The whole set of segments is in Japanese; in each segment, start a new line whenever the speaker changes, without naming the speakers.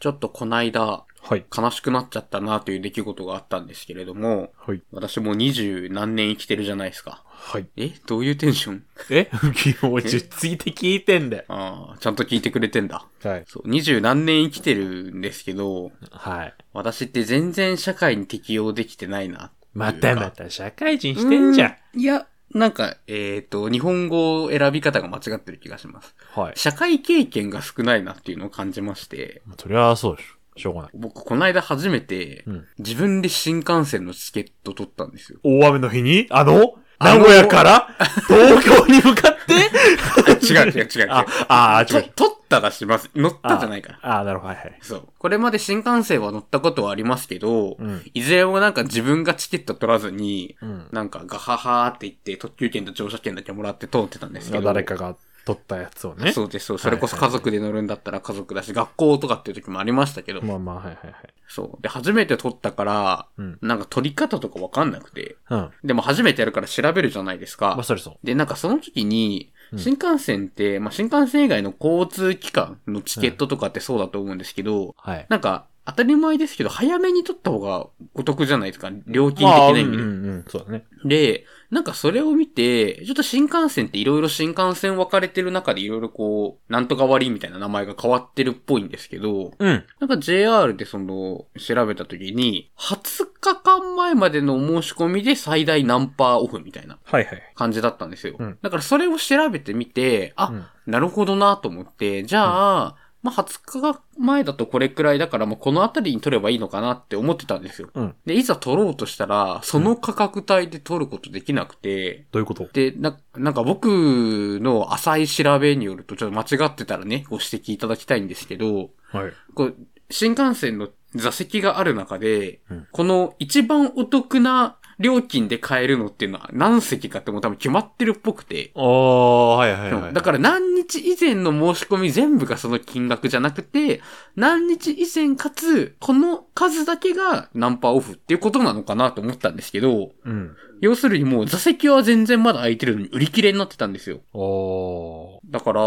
ちょっとこないだ
はい。
悲しくなっちゃったなという出来事があったんですけれども、
はい。
私もう二十何年生きてるじゃないですか。
はい。
えどういうテンション
え もう実ついて聞いてんだよ。
ああ、ちゃんと聞いてくれてんだ。
はい。
そう、二十何年生きてるんですけど、
はい。
私って全然社会に適応できてないな。
またまた社会人してんじゃん。
うーん。いや、なんか、えっ、と、日本語を選び方が間違ってる気がします。
はい。
社会経験が少ないなっていうのを感じまして、
そりゃそうでしょ。しょうがない。
僕、この間初めて
うん、
自分で新幹線のチケット取ったんですよ。
大雨の日にあの
あ
名
の
古屋から東京に向かって
違う違う違う違う。
あ、あー、
と
違う。
取ったらします。乗ったじゃないから。
あー、なるほど。はいはい。
そう。これまで新幹線は乗ったことはありますけど、
うん。
いずれもなんか自分がチケット取らずに、
うん。
なんかガハハーって言って特急券と乗車券だけもらって通ってたんですけど。
誰かが撮ったやつをね。
そうです、そうです。それこそ家族で乗るんだったら家族だし、学校とかっていう時もありましたけど。
まあまあ、はいはいはい。
そう。で、初めて撮ったから、
うん。
なんか撮り方とかわかんなくて。
うん。ま
でも初めてやるから調べるじゃないですか。
あ、それそう。
で、なんかその時に、
うん
新幹線って、まあ、新幹線以外の交通機関のチケットとかってそうだと思うんですけど、
はい。
なんか、当たり前ですけど、早めに取った方がお得じゃないですか、料金的
まあ、うん
な意
う
味で。
んうん。そうだね。
で、なんかそれを見て、ちょっと新幹線っていろいろ新幹線分かれてる中でいろいろこう、なんとか割みたいな名前が変わってるっぽいんですけど、
うん。
なんか JR でその、調べた時に、20日間前までのお申し込みで最大何パーオフみたいな
はいはい。
感じだったんですよ。
うん
だからそれを調べてみて、あ、
うん
なるほどなと思って、じゃあ、まあ、20日が前だとこれくらいだから、まあ、このあたりに取ればいいのかなって思ってたんですよ。
うん。
で、いざ取ろうとしたら、その価格帯で取ることできなくて、
どういうこと
で、な、なんか僕の浅い調べによると、ちょっと間違ってたらね、ご指摘いただきたいんですけど、
はい。
こう、新幹線の座席がある中で、
うん
この一番お得な料金で買えるのっていうのは何席かってもう多分決まってるっぽくて、
ああ、はいはいはい。
だから何日以前の申し込み全部がその金額じゃなくて、何日以前かつ、この数だけがナンパオフっていうことなのかなと思ったんですけど、
うん。
要するにもう座席は全然まだ空いてるのに売り切れになってたんですよ。
おー。
だから、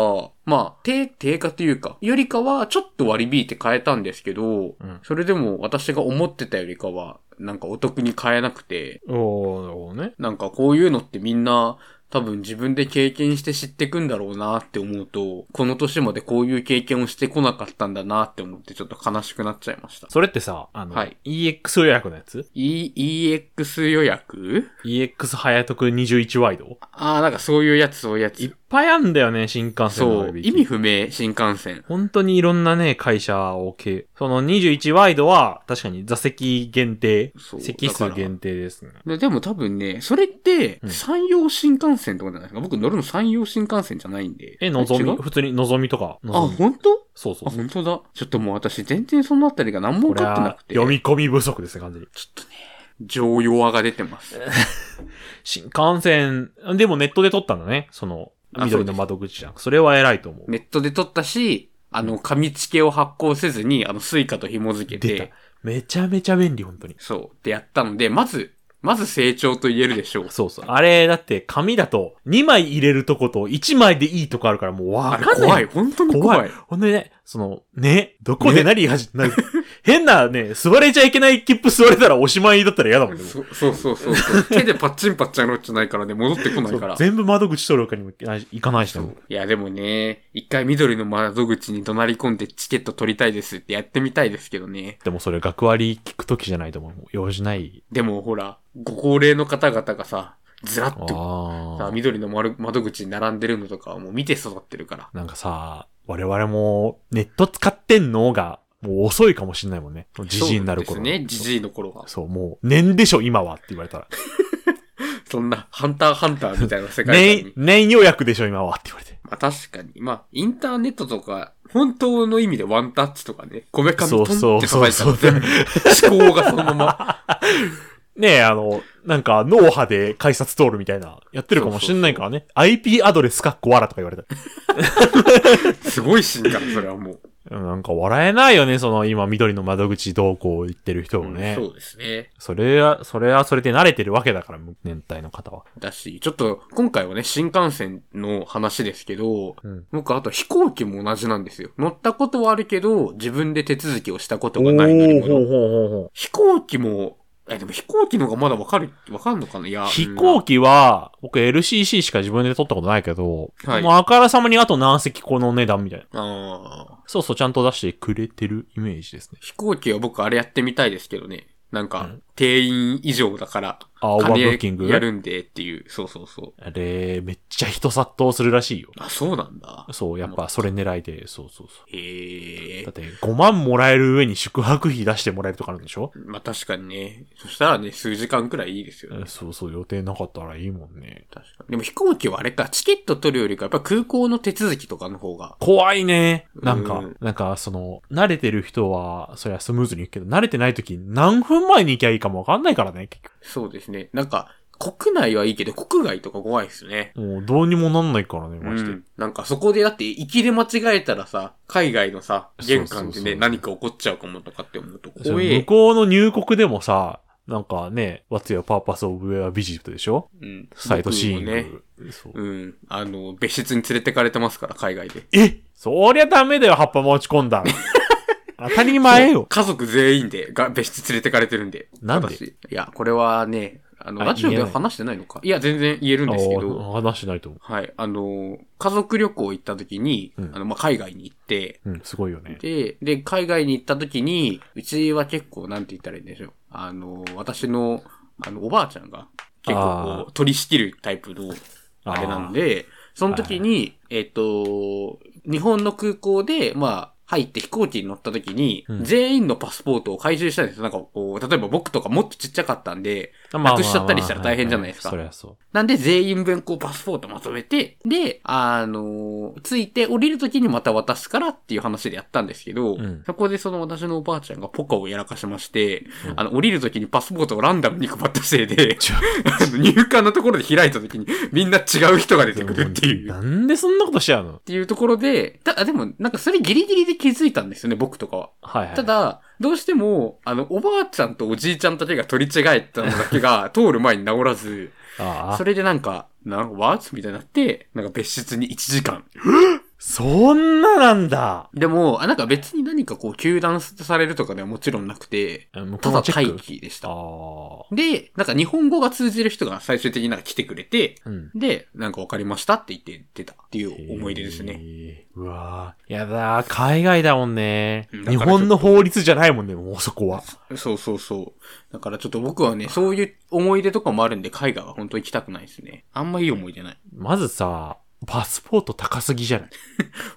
まあ、低、低価というか、よりかはちょっと割り引いて買えたんですけど、
うん。
それでも私が思ってたよりかは、なんかお得に買えなくて、
おー、なるほどね。
なんかこういうのってみんな多分自分で経験して知ってくんだろうなって思うと、この年までこういう経験をしてこなかったんだなって思ってちょっと悲しくなっちゃいました。
それってさ、あの、
はい
EX 予約のやつ
E、EX 予約
?EX 早得21ワイド
ああ、なんかそういうやつ、そういうや
いっ
つ。
ぱいあんだよね、新幹線の
そ
割
う。
引
意味不明、新幹線。
本当にいろんなね、会社を経その21ワイドは、確かに座席限定
そ、う
席
だ
数
から
限定ですね。
ででも多分ね、それって、
うん
山陽新幹線とかじゃないですか。僕乗るの山陽新幹線じゃないんで。
え、のぞ
違
み、
う
普通にのぞみとか、
あ、
のぞみ。
本当
そうそう
あ、
そう。
本当だ。ちょっともう私全然そのあたりが何も分
これ
かってな
は
く、て。
読み込み不足ですね、完全に。
ちょっとね、情弱が出てます。
新幹線、でもネットで撮ったんだね、その、
あ
緑の窓口じゃん。それは偉いと思う。
ネットで撮ったし、あの、紙付けを発行せずに、あの、スイカと紐付け
出
て
た、。めちゃめちゃ便利、本当に。
そう、ってやったので、まず、まず成長と言えるでしょう。
そうそう。あれ、だって、紙だと、2枚入れるとこと、1枚でいいとこあるから、もうわ
あ
か
れ
んない。
怖い、本当に怖い。
怖い。ほんでね、その、ね、どこで何が始まる、 変なね、座れちゃいけない切符座れたらおしまいだったら嫌だもんね。
そそうそうそうそう。手でパッチンパッチンやるんじゃないからね、戻ってこないから。
そう全部窓口取るわけにもいかないいかないし
そ
ね
ういや、でもね、一回緑の窓口に怒鳴り込んでチケット取りたいですってやってみたいですけどね。
でもそれ学割聞くときじゃないと思う。もう用事ない。
でもほら、ご高齢の方々がさ、ずらっとさ
ああ。
緑の丸窓口に並んでるのとかはもう見て育ってるから。
なんかさ、我々もネット使ってんのが、もう遅いかもしんないもんね。じじいになる頃。
そうですね、じじいの頃は。
そう、もう、年でしょ、今はって言われたら。
そんな、ハンターハンターみたいな世界観
年。
に、
年予約でしょ、今はって言われて。
まあ確かに。まあ、インターネットとか、本当の意味でワンタッチとかね、こめかみ
そ
トン
う
って
そ
叩
う
いた
そ
ら
う
全部、思考がそのまま。
ねえ、あの、なんか、脳波で改札通るみたいな、やってるかもしんないからね。IP アドレスかっこわらとか言われた。
すごい進化だ、それはもう。
うんなんか笑えないよね、その今、緑の窓口どうこう言ってる人もね。
うんそうですね。
それは、それはそれで慣れてるわけだから、年代の方は。
だし、ちょっと今回はね、新幹線の話ですけど、
うん。
僕あと飛行機も同じなんですよ。乗ったことはあるけど、自分で手続きをしたことがない乗り
ほう
物。
ほうほうほう
飛行機も、え、でも飛行機の方がまだわかる、わかんのかないや。
飛行
機、
機は、僕 LCC しか自分で撮ったことないけど、
はい
もうあからさまにあと何席この値段みたいな。
ああ。
そうそう、ちゃんと出してくれてるイメージですね。
飛行機は僕あれやってみたいですけどね。なん
う
か
ん、
定員以上だから、
あ、オーバーブッキング
やるんでっていう。そうそうそう。
あれ、めっちゃ人殺到するらしいよ。
あ、そうなんだ。
そう、やっぱそれ狙いで、そうそうそ
へ
う。
え
だっ。て5万もらえる上に宿泊費出してもらえるとかあるんでしょ
まあ確かにね。そしたらね、数時間くらいいいですよね。
そうそう、予定なかったらいいもんね。
確かに。でも飛行機はあれか、チケット取るよりか、やっぱ空港の手続きとかの方が。
怖いね。なんか
うん、
なんか、その、慣れてる人は、そりゃスムーズに行くけど、慣れてない時何分前に行きゃいいかもわかんないからね、結局
そうですね。なんか、国内はいいけど、国外とか怖いですね。
もうどうにもなんないからね、
う
マジで。
ん、なんかそこでだって、行きで間違えたらさ、海外のさ、玄関
そうそ
で
うそ
ね、
う
何か起こっちゃうかもとかって思うと
その
怖
向
え。
こうの入国でもさ、なんかね、What's your purpose of your visit でしょ
うん。
サイトシーング、
僕もね。
そう
うん。あの、別室に連れてかれてますから、海外で。
えそりゃダメだよ、葉っぱ持ち込 んだ。当たり前よ。
家族全員で、が、別室連れてかれてるんで。
なんで
私いや、これはね、あの、
あ
ラジオで
言え
は
ない
話してないのか。いや、全然言えるんですけど。
あ話してないと思
はい。あの、家族旅行行った時に、
うん
あの、まあ、海外に行って、
う。うん、すごいよね。
で、で、海外に行った時に、うちは結構、なんて言ったらいいんでしょう。あの、私の、あの、おばあちゃんが、結構
あ
こう、取り仕切るタイプの、あれなんで、その時に、えっ、と、日本の空港で、まあ、入って飛行機に乗った時に、
うん
全員のパスポートを回収したんですよ。なんかこう、例えば僕とかもっとちっちゃかったんで、
あー、まあまあまあ
なくしちゃったりしたら大変じゃないですか
ははそりゃそ
なんで全員分こうパスポートまとめて、で、あのついて降りる時にまた渡すからっていう話でやったんですけど、
うん
そこでその私のおばあちゃんがポカをやらかしまして、
うん
あの、降りる時にパスポートをランダムに配ったせいで、
ちょ
あの入管のところで開いた時にみんな違う人が出てくるっていう
う。。なんでそんなことしちゃうの
っていうところで、ただでも、なんかそれギリギリで気づいたんですよね、僕とかは。
はいはい。
ただ、どうしても、あの、おばあちゃんとおじいちゃんだけが取り違えたのだけが通る前に治らず、
あ
そ
あ、
れでなんか、なんか、わーつみたいになって、なんか別室に1時間。
そんななんだ。
でも、あなんか別に何かこう、球団されるとかではもちろんなくて、
向こ
た
う
だ
のチェッ
待
ク
機でした。
あ
で、なんか日本語が通じる人が最終的になんか来てくれて、
あ。うん。
で、なんかわかりましたって言って出たっていう思い出ですね。
へー。うわーやだー、海外だもんね
うん。だ
日
からちょっと
本の法律じゃないもんね、もうそこは。
そうそうそう。だからちょっと僕はね、そういう思い出とかもあるんで、海外は本当行きたくないですね。あんまいい思い出ない。
まずさ、パスポート高すぎじゃない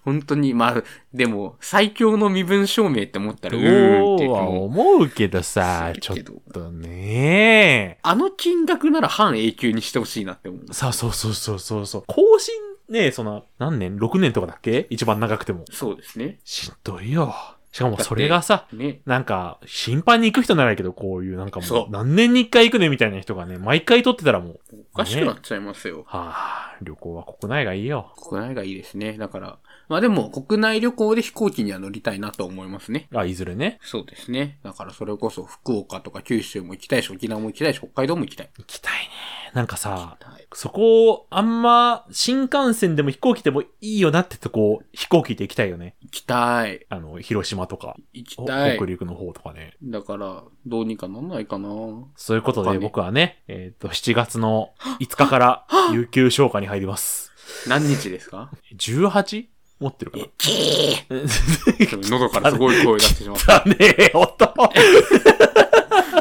本当に、まあ、でも、最強の身分証明って思ったら、
ど
うーんって
うは
いう
思うけどさ、ち
す
ょ
る
っ
けど
とね
あの金額なら半永久にしてほしいなって思う。
さあ、そうそうそうそうそう。更新ね、その、何年 ?6 年とかだっけ一番長くても。
そうですね。
しんどいよ。しかもそれがさ、
ね。
なんか、頻繁に行く人ならいいけど、こういうなんか
そ
も
う
う、何年に一回行くねみたいな人がね、毎回取ってたらもう、
おかしくなっちゃいますよ。
はあ、旅行は国内がいいよ。
国内がいいですね。だから、まあでも、国内旅行で飛行機には乗りたいなと思いますね。
あ、いずれね。
そうですね。だからそれこそ福岡とか九州も行きたいし、沖縄も行きたいし、北海道も行きたい。
行きたいね。なんかさ、
はい
そこを、あんま、新幹線でも飛行機でもいいよなってとこ、飛行機で行きたいよね。
行きたい。
あの、広島とか、
行き
お
たい
北。陸の方とかね。
だから、どうにかなんないかな
そういうこと
他
で
に
僕はね、えっ、と、7月の5日から、有給消化に入ります。
何日ですか
18? 持ってるかな
キー喉からら
す
すごい声出してしまっ
だねえ、音
た。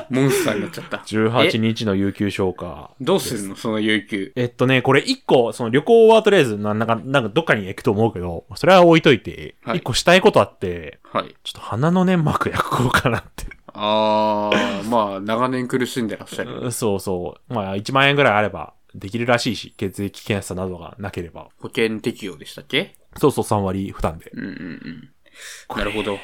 モンスターになっちゃった。
!18 日の有給消化。
どうするのその有給。
えっとね、これ一個、その旅行はとりあえず、ななんか、なんかどっかに行くと思うけど、それは置いといて、一、
はい
個したいことあって、
はい。
ちょっと鼻の粘膜焼こうかなって。
あー、まあ、長年苦しんでらっしゃる。
うんそうそう。まあ、1万円ぐらいあれば、できるらしいし、血液検査などがなければ。
保険適用でしたっけ
そうそう、3割負担で。
うんうんうん。なるほど。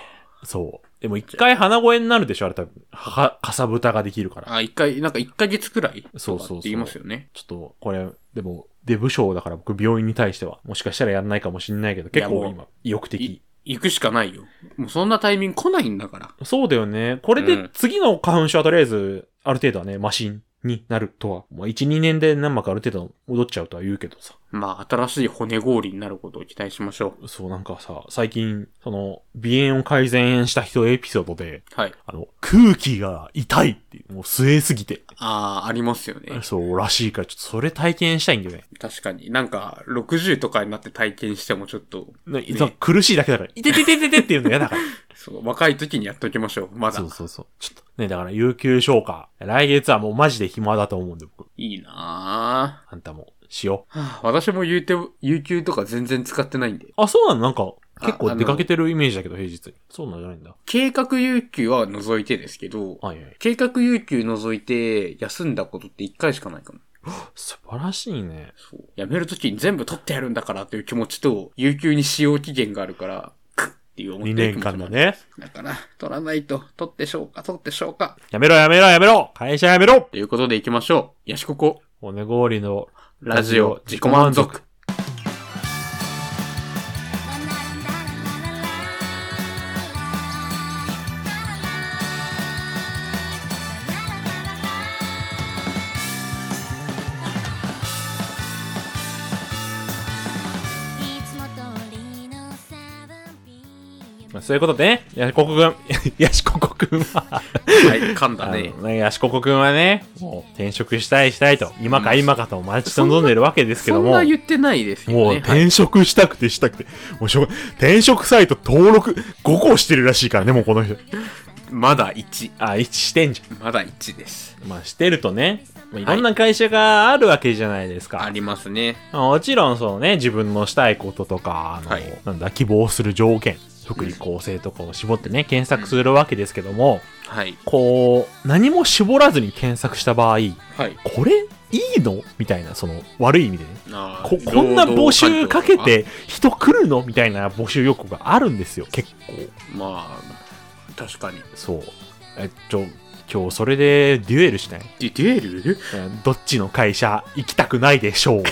そう。でも一回鼻声になるでしょ、あれ多分。はは、かさぶたができるから。
あ、一回、なんか一ヶ月くらい
そ
そううそ
そう
う
そう
って言いますよね。
ちょっと、これ、でも、デブ症だから僕、病院に対しては、もしかしたらやんないかもしんないけど、結
い
構
やもう
今、意欲的。
い行くしかないよ。もうそんなタイミング来ないんだから。
そうだよね。これ
う
で
ん
次の花粉症はとりあえず、ある程度はね、マシンになるとは。まあ、1、2年で何幕かある程度戻っちゃうとは言うけどさ。
まあ、新しい骨氷になることを期待しましょ
そう、なんかさ、最近、その、鼻炎を改善した人エピソードで、
う。はい。
あの、空気が痛いっていう、もう吸えすぎて。
ああ、ありますよね。
そう、らしいから、ちょっとそれ体験したいんだよね。
確かに。なんか、60とかになって体験してもちょっと、
な
ね
そう苦しいだけだから、いてててててっていうの嫌だから。
そう、若い時にやっときましょう。まだ
そ。うそうそう。ちょっとね、だから、有給消化。来月はもうマジで暇だと思うんで、僕。
いいな
あんたも、しよ
ぁ、はあ。私も言うて、有給とか全然使ってないんで。
う。あ、そうなのなんか、
あ
結構出かけてるイメージだけど、平日。そうなんじゃないんだ。
計画有給は除いてですけど、
はいはい。
計画有給除いて休んだことって1回しかないかも。
素晴らしいね。
そう。辞めるときに全部取ってやるんだからという気持ちと、有給に使用期限があるから、クッっていう思って
2
る気
年
持ちもあ
間
る
だ。ね。
だから、取らないと、取ってしょうか、取ってしょうか。
やめろやめろやめろ会社やめろ
ということで行きましょう。ヤシココ、
骨氷の
ラジオ、自己満足。。
まあ、そういうことでね、ヤシココくん、 ヤシココくんは、
はい、噛んだ
あ
ね。
のね、ヤシココくんはね、もう転職したいしたいと、今か今かと待ち望んでるわけですけ
そ
ど
ん
も
な、言ってないです
も
よ
う
ね。はい
転職したくてしたくて、もうしょうが転職サイト登録5個してるらしいからね、もうこの人。
まだ1。
あ、1してんじ
まだ1です。
ゃん。まあしてるとね、まあ、いろんな会社があるわけじゃないですか。
ありますね。
まあもちろんそのね、自分のしたいこととか、あの、
はい
なんだ、希望する条件、福利厚生とかを絞ってね、検索するわけですけども、
はい。
こう、何も絞らずに検索した場合、
はい。
これいいのみたいな、その、悪い意味でね。
あー
ここんな募集かけ。
労働環境
て人来るのみたいな募集要項があるんですよ、結構。
とかまあ、確かに。
そう。え、ちょ、今日それでデュエルしない
デュエル
えどっちの会社行きたくないでしょう。、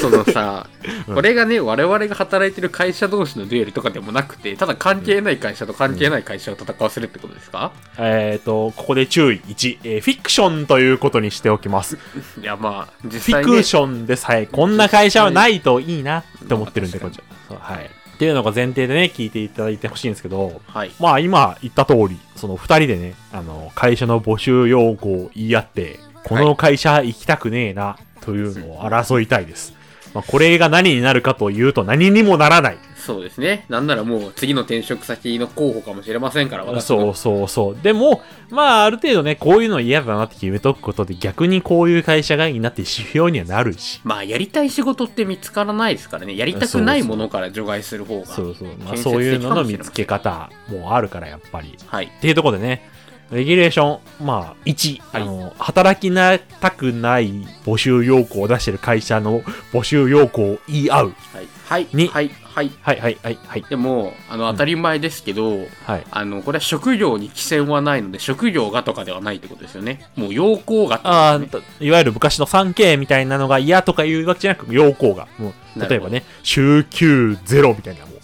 そのさ
うん
これがね、我々が働いてる会社同士のデュエルとかでもなくて、ただ関係ない会社と関係ない会社を戦わせるってことですか、
えっと、ここで注意1、えーフィクションということにしておきます。
いや、まあ、
フ
実
ィ
際
ク
ね、
ションでさえ、こんな会社はないといいなって思ってるんで、こ
ま
っ
あ
ちは。そうはい。っていうのが前提でね、聞いていただいてほしいんですけど、
はい。
まあ今言った通り、その二人でね、あの、会社の募集要項を言い合って、この会社行きたくねえな、というのを争いたいです。まあこれが何になるかというと何にもならない。
そうですね。なんならもう次の転職先の候補かもしれませんから、私
そう
も
そうそう。でも、まあある程度ね、こういうの嫌だなって決めとくことで逆にこういう会社がいいなって指標にはなるし。
まあ、やりたい仕事って見つからないですからね。やりたくないものから除外する方が。
そうそう。まあ
建設的
そういうの
か
の
もしれ
見
ません
つけ方もあるからやっぱり。
はい。
っていうところでね、レギュレーション、まあ、1、
はい
あの、働きなたくない募集要項を出してる会社の募集要項を言い合う。
はい。はい。
に
はい。はい。
はいはいはいはい。
でも、あの、当たり前ですけど、
はい。
あの、これは職業に規制はないので、職業がとかではないってことですよね。もう、要項がってこと
あ
ですね
あ、いわゆる昔の 3K みたいなのが嫌とかいうわけじゃなく、要項が。もう
なるほど
例えばね、週休ゼロみたいなもう。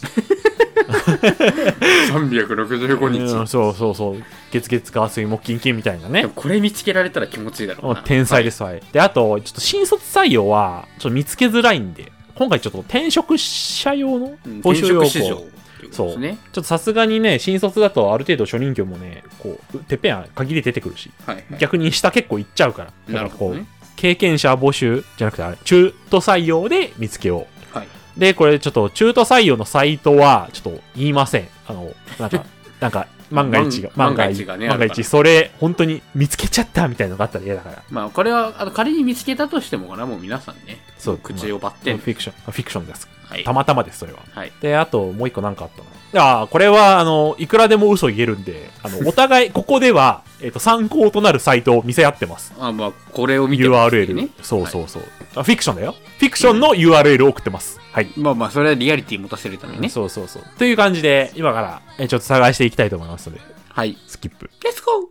365
うん
日。
そうそうそう。月月火水木金金みたいなね
でも。これ見つけられたら気持ちいいだろう
も
な。。
う天才ですすわ、はいで、あと、ちょっと新卒採用は、ちょっと見つけづらいんで、今回ちょっと転職者用の
うん
募
転
集要
職
項。
市場っていうことですね。
ちょっとさすがにね、新卒だとある程度初任給もね、こう、てっぺんは限り出てくるし、
はい、はい。
逆に下結構いっちゃうから、だか
な
ら
る
こ
ほ
う、
どね。
経験者募集じゃなくてあれ、中途採用で見つけよ
はい。
う。で、これちょっと中途採用のサイトは、ちょっと言いません。あの、な んか、なんか、万が一が、
万
万が
万が
一、
一がね
万が
あるか
一、
ら
それ、本当に見つけちゃったみたいなのがあったら嫌だから。
まあ、これは、あの、仮に見つけたとしても、これはもう皆さんね、
そう
口をバッ
フ
テン。
ィクション、フィクションです。
はい
た。またまです、それは。
はい。
で、あと、もう一個なんかあったな。あーこれは、あの、いくらでも嘘言えるんで、あ の、お互い、ここでは、えっ、と、参考となるサイトを見せ合ってます。
あ、まあ、これを見てますってい
URL。
うね。
そうそう
は
そう、あ。フィクションだよ。フィクションの URL を送ってます。はい。
い。まあまあ、それはリアリティ持たせるためにね。
そうそうそう。という感じで、今から、えーちょっと探していきたいと思いますので、
はい。
スキップ。
レッツゴー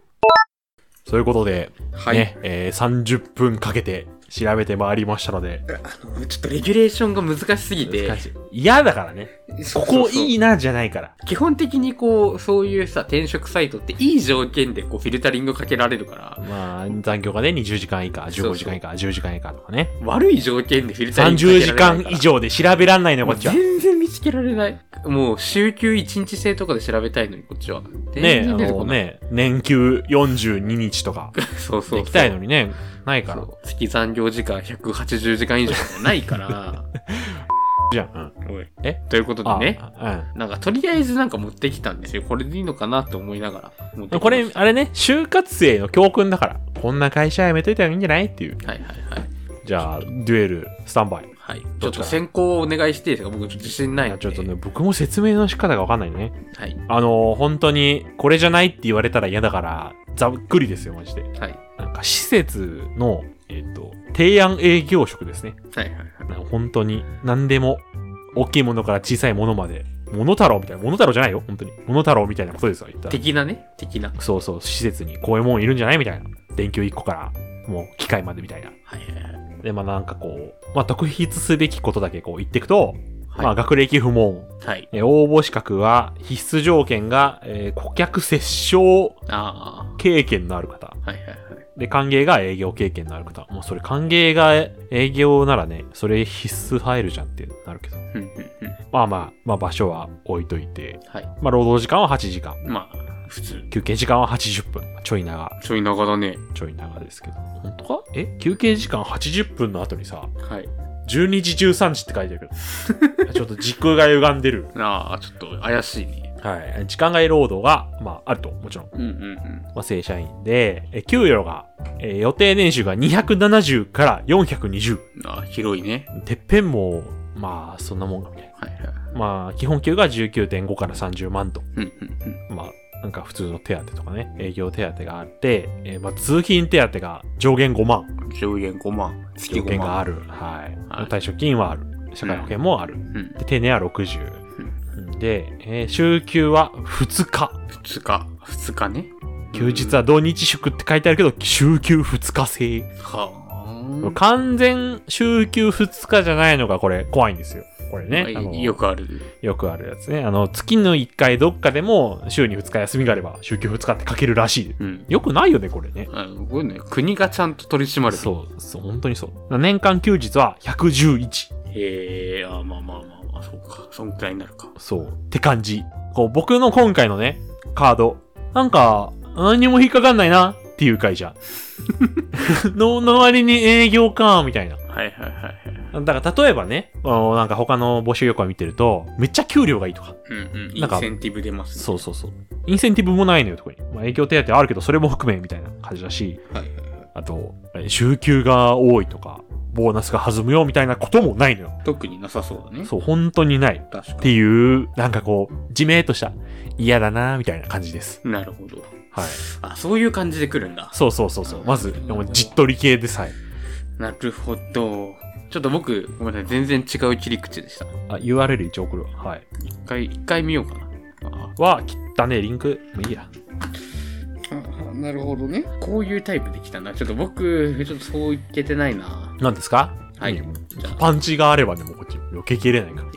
そういうことで、
はい。
ね、えー30分かけて、調べてまいりましたので。
あのちょっとレギュレーションが難しすぎて
難、しい嫌だからね。
そ
こ
うそう
こ
そう
いいな、じゃないから。
基本的にこう、そういうさ、転職サイトっていい条件でこう、フィルタリングかけられるから、
まあ、残業がね、20時間以下、15時間以下、10時間以下とかね。
悪い条件でフィルタリングか
30
けられ
時
ないから。
間以上で調べらんないのよ、こっちは。
全然見つけられない。もう、週休1日制とかで調べたいのに、こっちは。
ね
全
あ
然出て
の
こない。
ね、年休42日とか、
そうそうそう。
できたいのにね、ないから。
そう月残業時間180時間以上もない から。
じゃん。うん
おい
え
ということでね。
あ
なんか、とりあえずなんか持ってきたんですよ。これでいいのかなと思いながら持ってきまし
う
た。
ん。これ、あれね、就活生の教訓だから。こんな会社辞めといたらいいんじゃないっていう。
はいはいはい。
じゃあ、デュエル、スタンバイ。
はい。ち
ど
ょ
っ
っ
ち
と
か
先行お願いしていいですか僕ちょっと自信ないい
や
ので。
ちょっとね、僕も説明の仕方がわかんないね。
はい。
あの、本当に、これじゃないって言われたら嫌だから、ざっくりですよ、マジで。
はい。
なんか、施設の、えっ、と、提案営業職ですね。
はいはいはい。
なんか本当に、何でも、大きいものから小さいものまで、モノタロウみたいな、モノタロウじゃないよ、本当に。モノタロウみたいなことですよ、言ったら。
的なね。的な。
そうそう、施設にこういうもんいるんじゃないみたいな。電球1個から、もう機械までみたいな。
はいはいはい。
で、まあなんかこう、まあ特筆すべきことだけこう言っていくと、
はい
まあ学歴不問。
はい。
えー応募資格は必須条件が、えー顧客接触
あ
経験のある方。
あ。はいはいはい。
で、歓迎が営業経験のある方。もうそれ歓迎が営業ならね、それ必須入るじゃんってなるけど。
うんうんうん。
まあまあ、まあ場所は置いといて。
はい。
まあ労働時間は8時間。
まあ、普通。
休憩時間は80分。ちょい長。
ちょい長だね。
ちょい長ですけど。本当かえ休憩時間80分の後にさ、
はい。
12時13時って書いてあるけ ど。ちょっと時空が歪んでる。
ああ、ちょっと怪しいね。
はい。時間外労働が、まああると。もちろん。
うんうんうん。
まあ、正社員で、え給与が、えー予定年収が270から420。
ああ、広いね。
てっぺんも、まあ、そんなもんかみたい
はいはい。
な。まあ、基本給が19.5から30万と。
うんうんうん。
まあ、なんか普通の手当とかね、営業手当があって、えーまあ、通勤手当が上限5万。
上限5万。月
条
5
件が
万。
ある。はい。
はい
退職金はある。社会保険もある。
うん。
で、定年は60。で、えー週休は2日。
2日。2日ね。
休日は土日祝って書いてあるけど、週休2日制。
は
完全週休2日じゃないのがこれ怖いんですよ。これ
あ。
ね。あの
ね、よ
よ
くある。
くあるやつね。あの、月の1回どっかでも週に2日休みがあれば週休2日って書けるらし
うん。
い。よくないよね、これね。
あのこういうのね、国がちゃんと取り締まる。う。
そう、そう、本当にそう。年間休日は111。
へえ、あーまあまあまあまあ、そうか。そんくらいになるか。
そう。って感じ。こう、僕の今回のね、カード。なんか、何にも引っかかんないなっていう会社。 の、の割に営業か、みたいな。
はいはいはいはい。
だから例えばね、あのなんか他の募集要項を見てると、めっちゃ給料がいいとか。
うんうん。イ
な
ン
んか
センティブ出ます、ね。
そうそうそう。インセンティブもないのよ、特に。まあ、影響手当あるけど、それも含めみたいな感じだし、
う。はいはいはい。
あと、え週休が多いとか、ボーナスが弾むよみたいなこともないのよ。
特になさそうだね。
そう、本当にない。
確か
っていう、なんかこう、じめーっとした、嫌だなーみたいな感じです。
に。なるほど。
はい。
あ、そういう感じで来るんだ。
そうそうそうそう。まず、もうじっとり系でさえ。
なるほど。ちょっと僕、ごめんなさい。全然違う切り口でした。
あ、URL 一応送るわ。はい。
一回、一回見ようかな。あ
は、切ったね、リンク。もういいや。
あ、なるほどね。こういうタイプできたな。ちょっと僕、ちょっとそういけてないな。
何ですか
はい。
うん
じゃあ、
パンチがあればね、もうこっち、避けきれないから。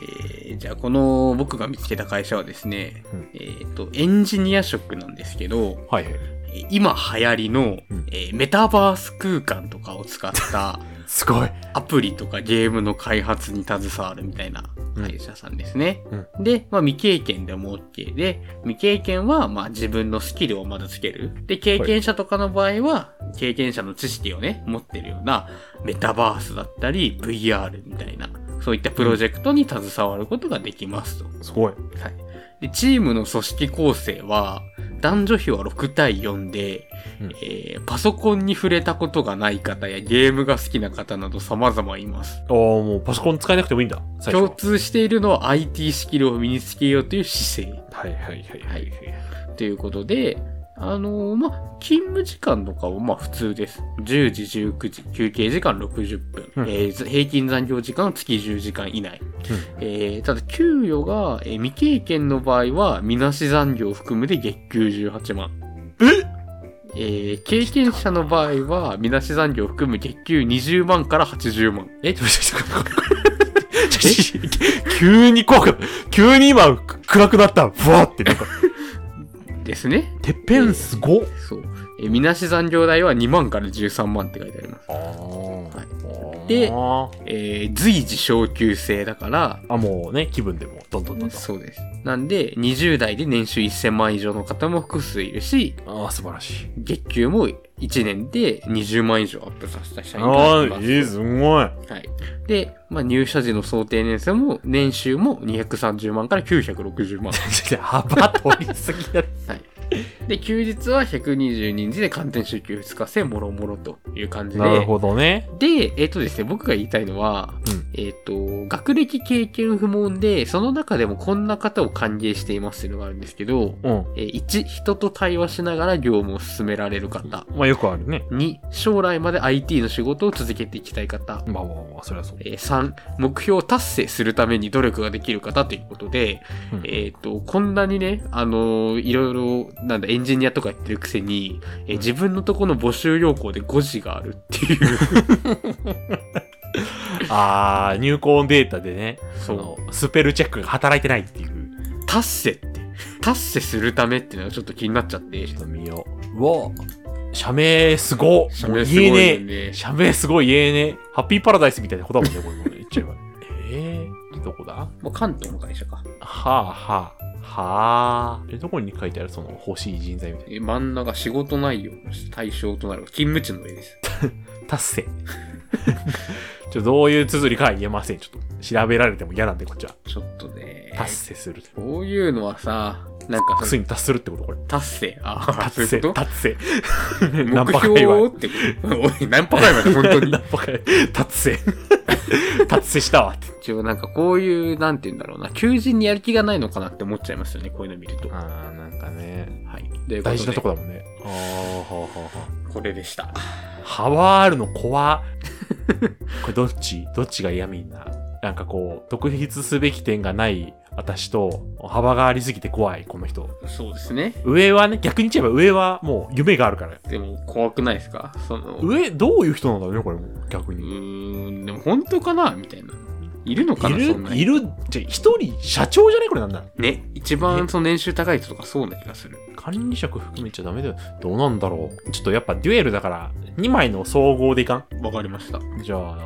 えー、じゃあこの僕が見つけた会社はですね、
うん
えっ、と、エンジニア職なんですけど、
はいはい。
えー今流行りの、
うん
えーメタバース空間とかを使った、
すごい。
アプリとかゲームの開発に携わるみたいな会社さんですね。
うん
で、まあ、未経験でも OK で、未経験はまあ自分のスキルをまだつける。で、経験者とかの場合は、経験者の知識をね、持ってるようなメタバースだったり、VR みたいな、そういったプロジェクトに携わることができますと。
すご
は
い。
い。で、チームの組織構成は、男女比は6対4で、
うん
えーパソコンに触れたことがない方やゲームが好きな方など様々います。
ああ、もうパソコン使えなくてもいいんだ。最
共
初は。
通しているのは IT スキルを身につけようという姿勢
はいはいはい
はいということで、あのーまあ、勤務時間とかはまあ普通です。10時、19時、休憩時間60分、
うん
えーず平均残業時間は月10時間以内。えーただ給与が、えー未経験の場合はみなし残業を含むで月給18万。
え
えー経験者の場合は、みなし残業含む月給20万から80万。
え、ちょ、ちょ、ちょ、ちょ、ちょ、 急に怖くなった急に今、く暗くなった。ふわって、 なんか、
ですね。
てっぺんすごっ。
そう。えーみなし残業代は2万から13万って書いてあります。
あ
は
ー
いで
あー
えー随時昇給制だから、
あ、もうね、気分でも、どんどんどんどん。
そうです。なんで、20代で年収1000万以上の方も複数いるし、
ああ、素晴らしい。
月給も1年で20万以上アップさせた社員
ああ、
いま
えー、
す。
すご い。
はい。で、まあ、入社時の想定年数も、年収も230万から960万。
ちょ幅取りすぎだ。
で、休日は122日で完全週休2日制もろもろという感じで。
なるほどね。
で、えっ、とですね、僕が言いたいのは、
うん
えっ、と、学歴経験不問で、その中でもこんな方を歓迎していますっていうのがあるんですけど、
うん。
えー1、人と対話しながら業務を進められる方。
まあよくあるね。
2、将来まで IT の仕事を続けていきたい方。
まあまあまあ、そりゃそう。
えー3、目標を達成するために努力ができる方ということで、
うん
えっ、と、こんなにね、あのーいろいろ、なんだ、エンジニアとかやってるくせに、えー
うん
自分のとこの募集要項で5字があるって いう。
ああ、入校データでね、そ
そ
の、スペルチェックが働いてないっていう。
う。達成って。達成するためっていうのがちょっと気になっちゃって
ちょ。っと見よう。うわ社名すごっ
社
もう
名すごい
言え
よね
ねえ。社名すごい言えねえ。ハッピーパラダイスみたいなことだもんね、これ。これ言っちゃえば。えー、どこだは
もう関東の会社か。
あはあ。はあ。え、どこに書いてあるその、欲しい人材みたい
えー真ん中仕事内容の対象となる勤務地の絵です。
な。達成。 ちょ、どういう綴りかは言えません。ちょっと、調べられても嫌なんで、こっちは。
ちょっとね。
達成する。
こういうのはさ、なんか
ついに達するってことこれ。
達成。ああ、そう
達
いう
成、
こと
達 成。
目標をって。おい、何パか言わない、本当 に
ナ。ンパ会達成。 達成したわって。
一応なんかこういう、なんて言うんだろうな、求人にやる気がないのかなって思っちゃいますよね、こういうの見ると。は
ああ、なんかね。
い。ということで
大事なとこだもんね。ああ、はあは
これでした。
あはあ。ハワールの怖これどっちどっちが嫌みんな。なんかこう、特筆すべき点がない私と、幅がありすぎて怖い、この人。
そうですね。
上はね、逆に言えば上はもう夢があるから。
でも怖くないですかその、う
上、どういう人なんだろうね、これも。逆に。
ーん、でも本当かなみたいな。いるのか
い
なそんな
る、
に
いる、じゃあ一人、社長じゃないこれなんだ
ね、一番その年収高い人とかそうな気がする。
管理職含めちゃダメだよ。どうなんだろう。ちょっとやっぱデュエルだから、2枚の総合でいか
わかりました。
んじゃあ、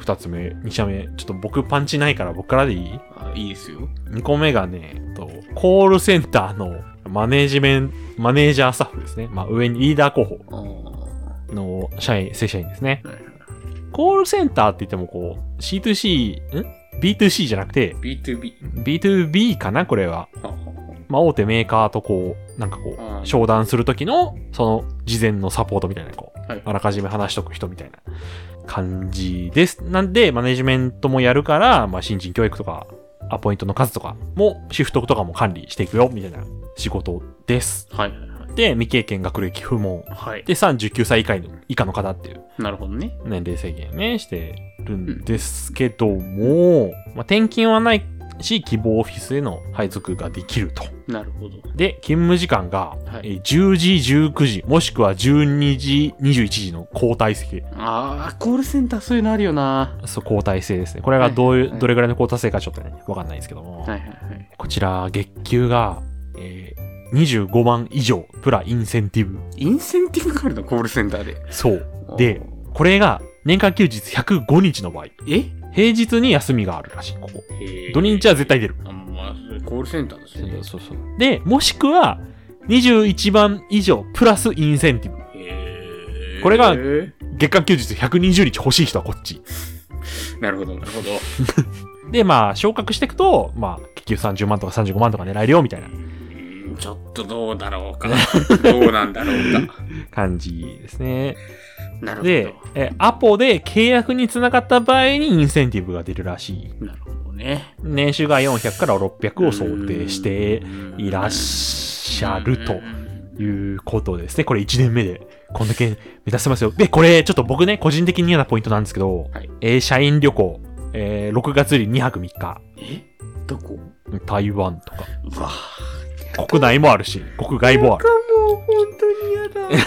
2つ目、2社目。ちょっと僕パンチないから僕からでいい
あいいですよ。
?2 個目がね、えっと、コールセンターのマネージメント、マネージャースタッフですね。まあ上にリーダー候補
ああ。は
の社員、正社員ですね。
いはい
コールセンターって言ってもこう、C2C、ん ?B2C じゃなくて、
B2B。
B2B かなこれは。
はあはあはあ
まあ、大手メーカーとこう、なんかこ
うん
う、商談するときの、その、事前のサポートみたいな、こう
はい、
あらかじめ話しとく人みたいな感じです。なんで、マネジメントもやるから、まあ、新人教育とか、アポイントの数とかも、シフトとかも管理していくよ、みたいな仕事です。
はいはいはい。
で、未経験学歴不問。
はい。
で、39歳以下の以下の方っていう
なるほどね。
年齢制限ね、してるんですけども、まあ、転勤はないし、希望オフィスへの配属ができると。
なるほど。
で、勤務時間が、
はい
えー10時、19時、もしくは12時、21時の交代制。
ああ、コールセンターそういうのあるよな。
そう、交代制ですね。これがどうい
は
う、
い
どれぐらいの交代制かちょっとね、わかんないですけども。
はいはいはい。
こちら、月給が、えー25万以上、プラインセンティブ。
インセンティブがあるの、コールセンターで。
そう。で、これが、年間休日105日の場合、
え
平日に休みがあるらしい、ここ。
え
土日は絶対出る。
あまあ、それコールセンターですね。
そうそう。で、もしくは、21万以上、プラスインセンティブ。
へー
これが月間休日120日欲しい人はこっち。
なるほど、なるほど。
で、まあ、昇格していくと、まあ、結局30万とか35万とか狙えるよ、みたいな
うんちょっとどうだろうか。 どうなんだろうか。
感じですね。
なる
で
ほ、
え、アポで契約につながった場合にインセンティブが出るらしい。
ど。なるほどね。
年収が400から600を想定していらっ
し
しゃると。いうことですね。これ1年目で、こんだけ目指せますよ。で、これ、ちょっと僕ね、個人的に嫌なポイントなんですけど、
はい
えー社員旅行、えー6月に2泊3日、
えどこ
台湾とか、
うわ
国内もあるし、国外もある。
もう本当に
だ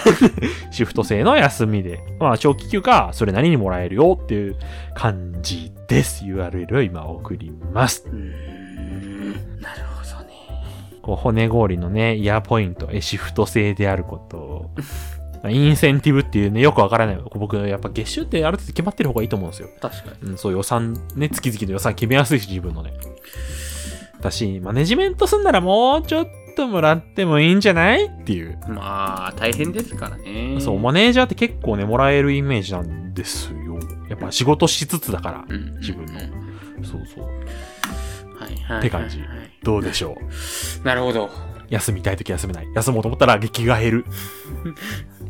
シフト制の休みで、まあ、長期休暇、それなりにもらえるよっていう感じです。URL を今送ります。
うーんなるほどね。
こう骨氷のね、イヤーポイント、えシフト制であ ること。まあインセンティブっていうね、よくわからない。こう僕、やっぱ月収ってある程度決まってる方がいいと思うんですよ。
確かに。
うん、そう予算、ね、月々の予算決めやすいし、自分のね。だし、マネジメントすんならもうちょっともらってもいいんじゃないっていう。
まあ、大変ですからね。
そう、マネージャーって結構ね、もらえるイメージなんですよ。やっぱ仕事しつつだから
う。ん、
自分の
うんうん
そうそう。
はいはい。
って感じ
はいはい
どうでしょう
なるほど。
休みたいとき休めない。休もうと思ったら激が減る。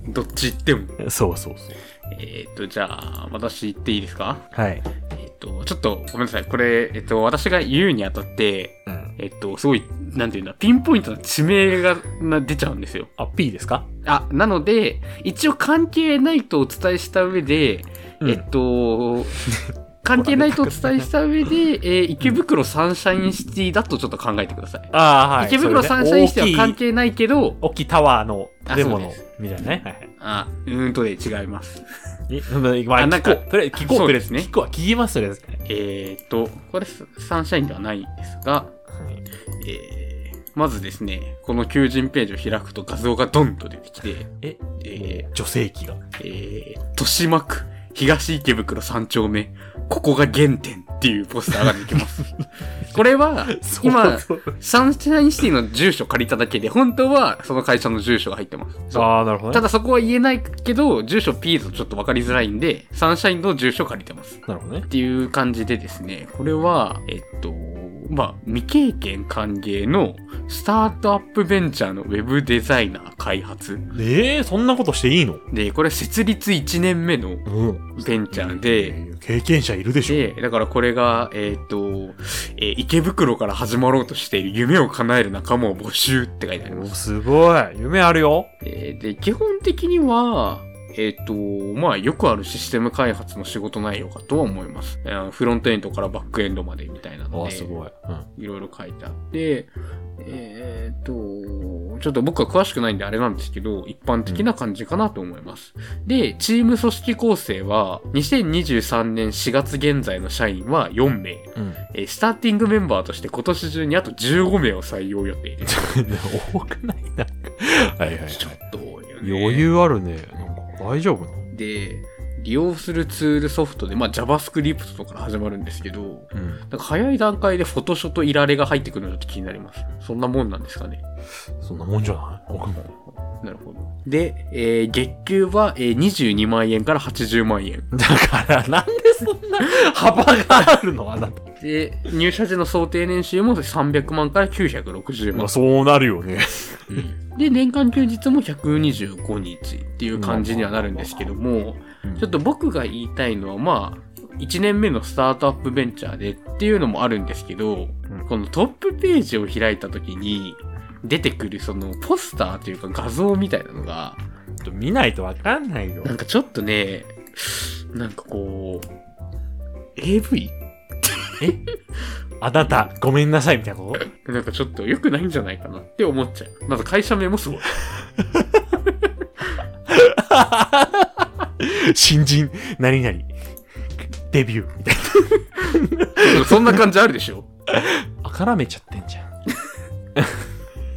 どっち行っても。
そうそうそう。
えっ、と、じゃあ、私行っていいですか
はい。
えっと、ちょっとごめんなさい。これ、えっと、私が言うにあたって、
うん。
えっと、すごい、なんていうんだ、ピンポイントな地名がな出ちゃうんですよ。
あ、P ですか
あ、なので、一応関係ないとお伝えした上で、
うん
えっ と、関係ないとお伝えした上で、えー池袋サンシャインシティだとちょっと考えてください。
ああ、はい。
池袋サンシャインシティは関係ないけど、
大きいタワーの
あ
建物
そうです
みたいなね。はいはい
あ、うーんとで違います。
えまあ、
あな
聞
んか
こう。とりあえず聞こう。
そう
とりあえ
です
ず
ね
聞こう。聞きます、とりあえず。
えーっと、これサンシャインではないんですが、
はい
えーまずですね、この求人ページを開くと画像がドンと出てきて、
え、
え
女性器が。
ーえー豊島区東池袋三丁目、ここが原点っていうポスターができます。これは、今、サンシャインシティの住所借りただけで、本当はその会社の住所が入ってます。そう
ああ、なるほど
た
ね。
だそこは言えないけど、住所 P だとちょっとわかりづらいんで、サンシャインの住所借りてます。
なるほどね
っ。ていう感じでですね、これは、えっと、まあ、未経験歓迎のスタートアップベンチャーのウェブデザイナー開発。
ええ、そんなことしていいの
で、これ設立1年目の
うん。
ベンチャーで、
経験者いるでしょ。
で、だからこれが、えっと、えー池袋から始まろうとしている夢を叶える仲間を募集って書いてあり
お
ます。
すごい。夢あるよ。
えーで、基本的には、えっ、と、まあ、よくあるシステム開発の仕事内容かとは思います。えーフロントエンドからバックエンドまでみたいなので。
い。うん。
いろいろ書いてあって、えーっと、ちょっと僕は詳しくないんであれなんですけど、一般的な感じかなと思います。で、チーム組織構成は、2023年4月現在の社員は4名、
うん。
えースターティングメンバーとして今年中にあと15名を採用予定です。
多くないなんか。はいはいはい。
ちょっと多いよね。
余裕あるね。なんか大丈夫なの
で、利用するツールソフトで、まあ、JavaScript とかから始まるんですけど、
うん。
なんか早い段階でフォトショとイラレが入ってくるのがちょっと気になります。そんなもんなんですかね。
そんなもんじゃない僕も。
なるほど。で、えー月給は、えー22万円から80万円。
だから、なんでそんな幅があるのあなた。
で、入社時の想定年収も300万から960万。
そうなるよね。
うんで、年間休日も125日っていう感じにはなるんですけども、ちょっと僕が言いたいのは、まあ、1年目のスタートアップベンチャーでっていうのもあるんですけど、
うん
このトップページを開いた時に、出てくるそのポスターというか画像みたいなのが、
と見ないとわかんないよ
なんかちょっとね、なんかこう、AV?
あなた、ごめんなさい、みたいなこと
なんかちょっと良くないんじゃないかなって思っちゃう。まず会社名もすごい。
新人、何々、デビュー、みたい
そんな感じあるでしょ
な。あからめちゃってんじゃん。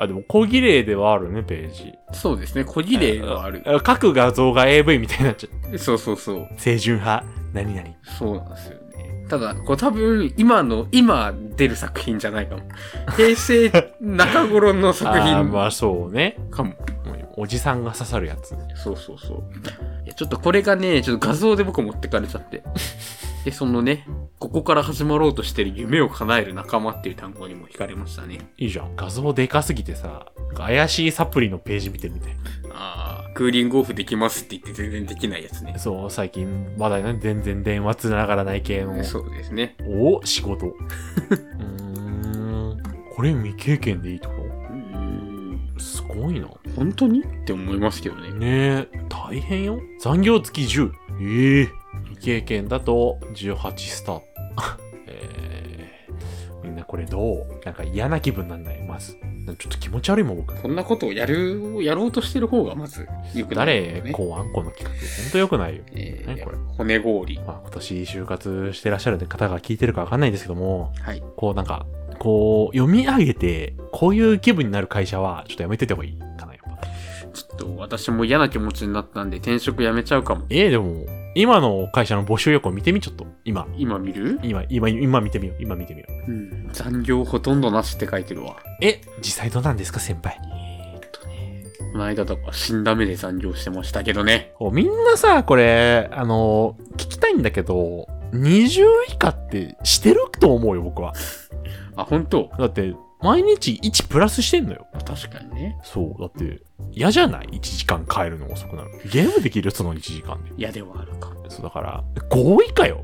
あ、でも、小綺麗ではあるね、ページ。
そうですね。小綺麗はある。
あ。各画像が AV みたいになっちゃう。
そうそうそう。
清純派、何々。
そうなんですよね。ただ、これ多分、今の、今出る作品じゃないかも。平成中頃の作
あー
品
まあ、そうね。
かも。
おじさんが刺さるやつ。
そうそうそう。いや、ちょっとこれがね、ちょっと画像で僕持ってかれちゃ って。で、そのね、ここから始まろうとしてる夢を叶える仲間っていう単語にも惹かれましたね。
いいじゃん。画像でかすぎてさ、怪しいサプリのページ見てるみたい。
ああ、クーリングオフできますって言って全然できないやつね。
そう、最近話題のね全然電話つながらない系の。
そうですね。
お仕事。うーん。これ未経験でいいとこ
うーん、
ろすごいな。
本当にって思いますけどね。
ねえ、大変よ。残業月10。ええ未経験だと18スタート。 えーみんなこれどうなんか嫌な気分なんないまず。ちょっと気持ち悪いもん、僕。
こんなことをやる、やろうとしてる方がまず良くないよ
誰
ね、
考案この企画。ほんと良くないよ。
え
ね
ー
これ
骨氷。
まあ、今年就活してらっしゃる方が聞いてるかわかんないですけども、
はい。
こうなんか、こう読み上げて、こういう気分になる会社はちょっとやめてた方がいいかな、やっぱ。
ちょっと私も嫌な気持ちになったんで転職やめちゃうかも。
ええでも、今の会社の募集要項見てみ、ちょっと。今。
今見る、
今、今、今見てみよう。今見てみよう。
うん、残業ほとんどなしって書いてるわ。
え、実際どうなんですか、先輩。
この間とか死んだ目で残業してましたけどね。
こうみんなさ、これ、あの、聞きたいんだけど、20以下ってしてると思うよ、僕は。
あ、本当
だって、毎日1プラスしてんのよ。
まあ確かにね。
そう。だって、嫌じゃない ?1 時間帰るの遅くなる。ゲームできるよその1時間で。
嫌ではあるか。
そう、だから、5以下よ。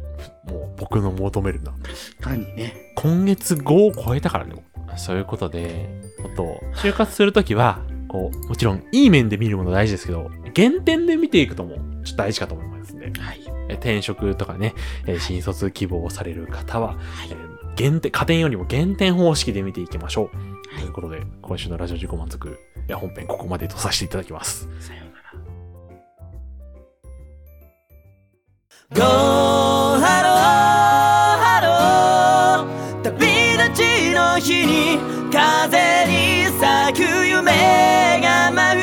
もう、僕の求めるな。
何ね。
今月5を超えたからね。そういうことで、もっと、就活するときは、こう、もちろん、いい面で見るもの大事ですけど、原点で見ていくとも、ちょっと大事かと思いますね。
はい。
えー転職とかね、えー新卒希望される方は、えー減点、加点よりも減点方式で見ていきましょう。
はい
ということで、今週のラジオ自己満足、いや本編ここまでとさせていただきます。
さような
Go
ら。
Hello Hello 旅立ちの日に風に咲く夢が舞う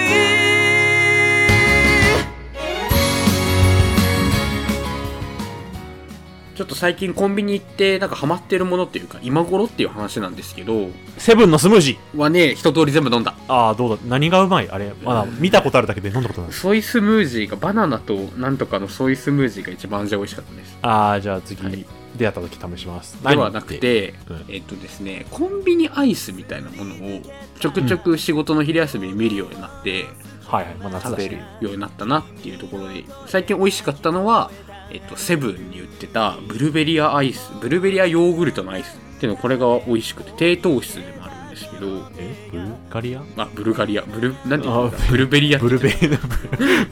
ちょっと最近コンビニ行ってなんかハマってるものっていうか今頃っていう話なんですけど、
セブンのスムージー
はね、一通り全部飲んだ。
ああ、どうだ何がうまいあれ、まだ見たことあるだけで飲んだことない。
ソイスムージーが、バナナとなんとかのソイスムージーが一番味は美味しかったです。
ああ、じゃあ次、
はい
出会った時試します。
ではなくて、
うん
えっとですね、コンビニアイスみたいなものをちょくちょく仕事の昼休みに見るようになって、
はいはい、まあ夏
食
だ
べ
し
るよ
ね。
うになったなっていうところで最近美味しかったのは、えっと、セブンに売ってたブルベリアアイスブルベリアヨーグルトのアイスっていうのこれが美味しくて低糖質でもあるんですけど
えブルガリア
あブルガリアブルなんて言うんだ
あ
ブルベリアっ
ブルーベリーの、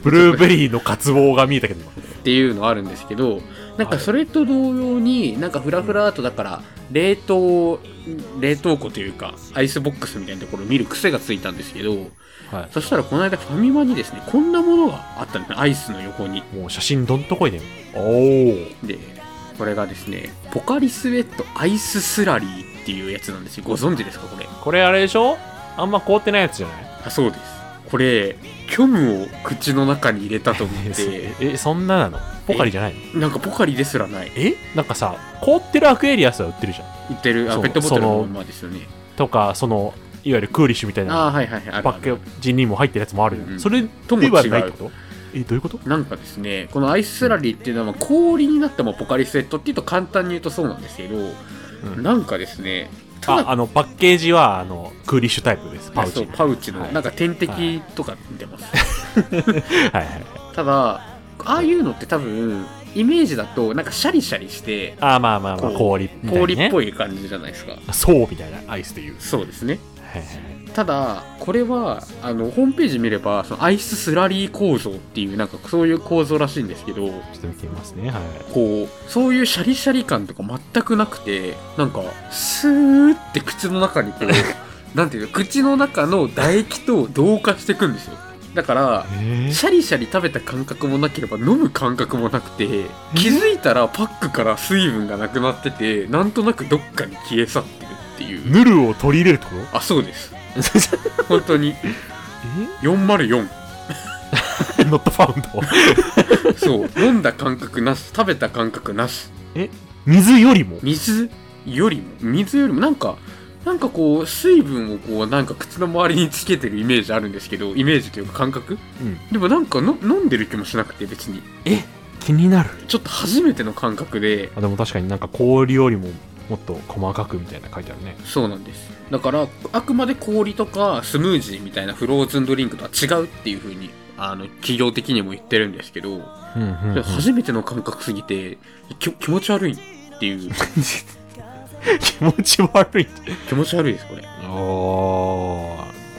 ブルーベリーの渇望が見えたけど、今
ていうのあるんですけどなんかそれと同様になんかフラフラとだから冷凍冷凍庫というかアイスボックスみたいなところを見る癖がついたんですけど
はい。
そしたらこの間ファミマにですねこんなものがあったんですねアイスの横に
もう写真どんとこいね。おお。
でこれがですねポカリスエットアイススラリーっていうやつなんですよご存知ですかこれ
これあれでしょあんま凍ってないやつじゃない
あそうですこれ虚無を口の中に入れたと思って
え、 そんななのポカリじゃないの
なんかポカリですらない
えなんかさ、凍ってるアクエリアスは売ってるじゃん。
売ってるあ
そう
ペットボトルの
その
ままですよね
とか、その、いわゆるクーリッシュみたい
あ
な
ーはいはいはいある
パッケージにも入ってるやつもあるじゃん。
うん
それ
とも
では
違
ないって
う
ことえ、どういうこと
なんかですねこのアイススラリーっていうのは氷になったもポカリスエットっていうと簡単に言うとそうなんですけど、
ん
なんかですねた
あ、
だ
あの、パッケージは、あの、クーリッシュタイプです。パウ
そ
チ。
うパウチの、
はい
なんか点滴とか出ます
はいはい。
ただああいうのって多分イメージだとなんかシャリシャリして
あ、まあまあまあ、
こう
氷みたいな、ね。
氷っぽ
い。
い感じじゃないですか、
そうみたいなアイスでいう。
そうですね
はいはいはい。
ただこれはあのホームページ見ればそのアイススラリー構造っていうなんかそういう構造らしいんですけど
ちょっと見てみますね。はい。
こうそういうシャリシャリ感とか全くなくてなんかスーって口の中にこうなんていうか口の中の唾液と同化していくんですよだから
えー
シャリシャリ食べた感覚もなければ飲む感覚もなくて気づいたらパックから水分がなくなっててなんとなくどっかに消え去ってるっていう
ヌルを取り入れるってこ
あそうです
と
本当に404
えノットファウンド。
そう飲んだ感覚なし食べた感覚なし
水よりも
水よりも水よりもなんかなんかこう水分をこうなんか口の周りにつけてるイメージあるんですけどイメージというか感覚
うん。
でもなんかの飲んでる気もしなくて別に
え気になる
ちょっと初めての感覚で
あでも確かになんか氷よりももっと細かくみたいな書いてあるね
そうなんですだからあくまで氷とかスムージーみたいなフローズンドリンクとは違うっていう風にあの企業的にも言ってるんですけど、
うんうん、うん、
初めての感覚すぎてき気持ち悪いっていう
気持ち悪い
気持ち悪いですこれ
ああ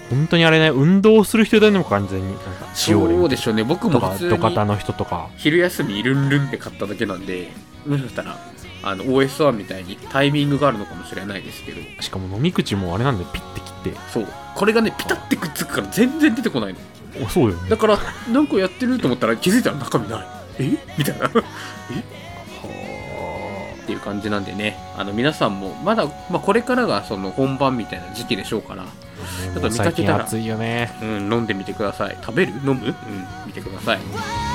本当にあれね運動する人だよねもう完全になんかしおれ
そうでしょうね僕
と
も
か
普通
ドカタ
に
の人とか
昼休みルンルンって買っただけなんでもしかしたらあの OS1 みたいにタイミングがあるのかもしれないですけど
しかも飲み口もあれなんでピッて切って
そうこれがねピタッてくっつくから全然出てこないの
おそうだよね
だからなんかやってると思ったら気づいたら中身ないえみたいな えっていう感じなんでねあの皆さんもまだ、まあ、これからがその本番みたいな時期でしょうから、ちょっと見かけたら
最近暑いよね
うん、飲んでみてください食べる飲むうん見てください
「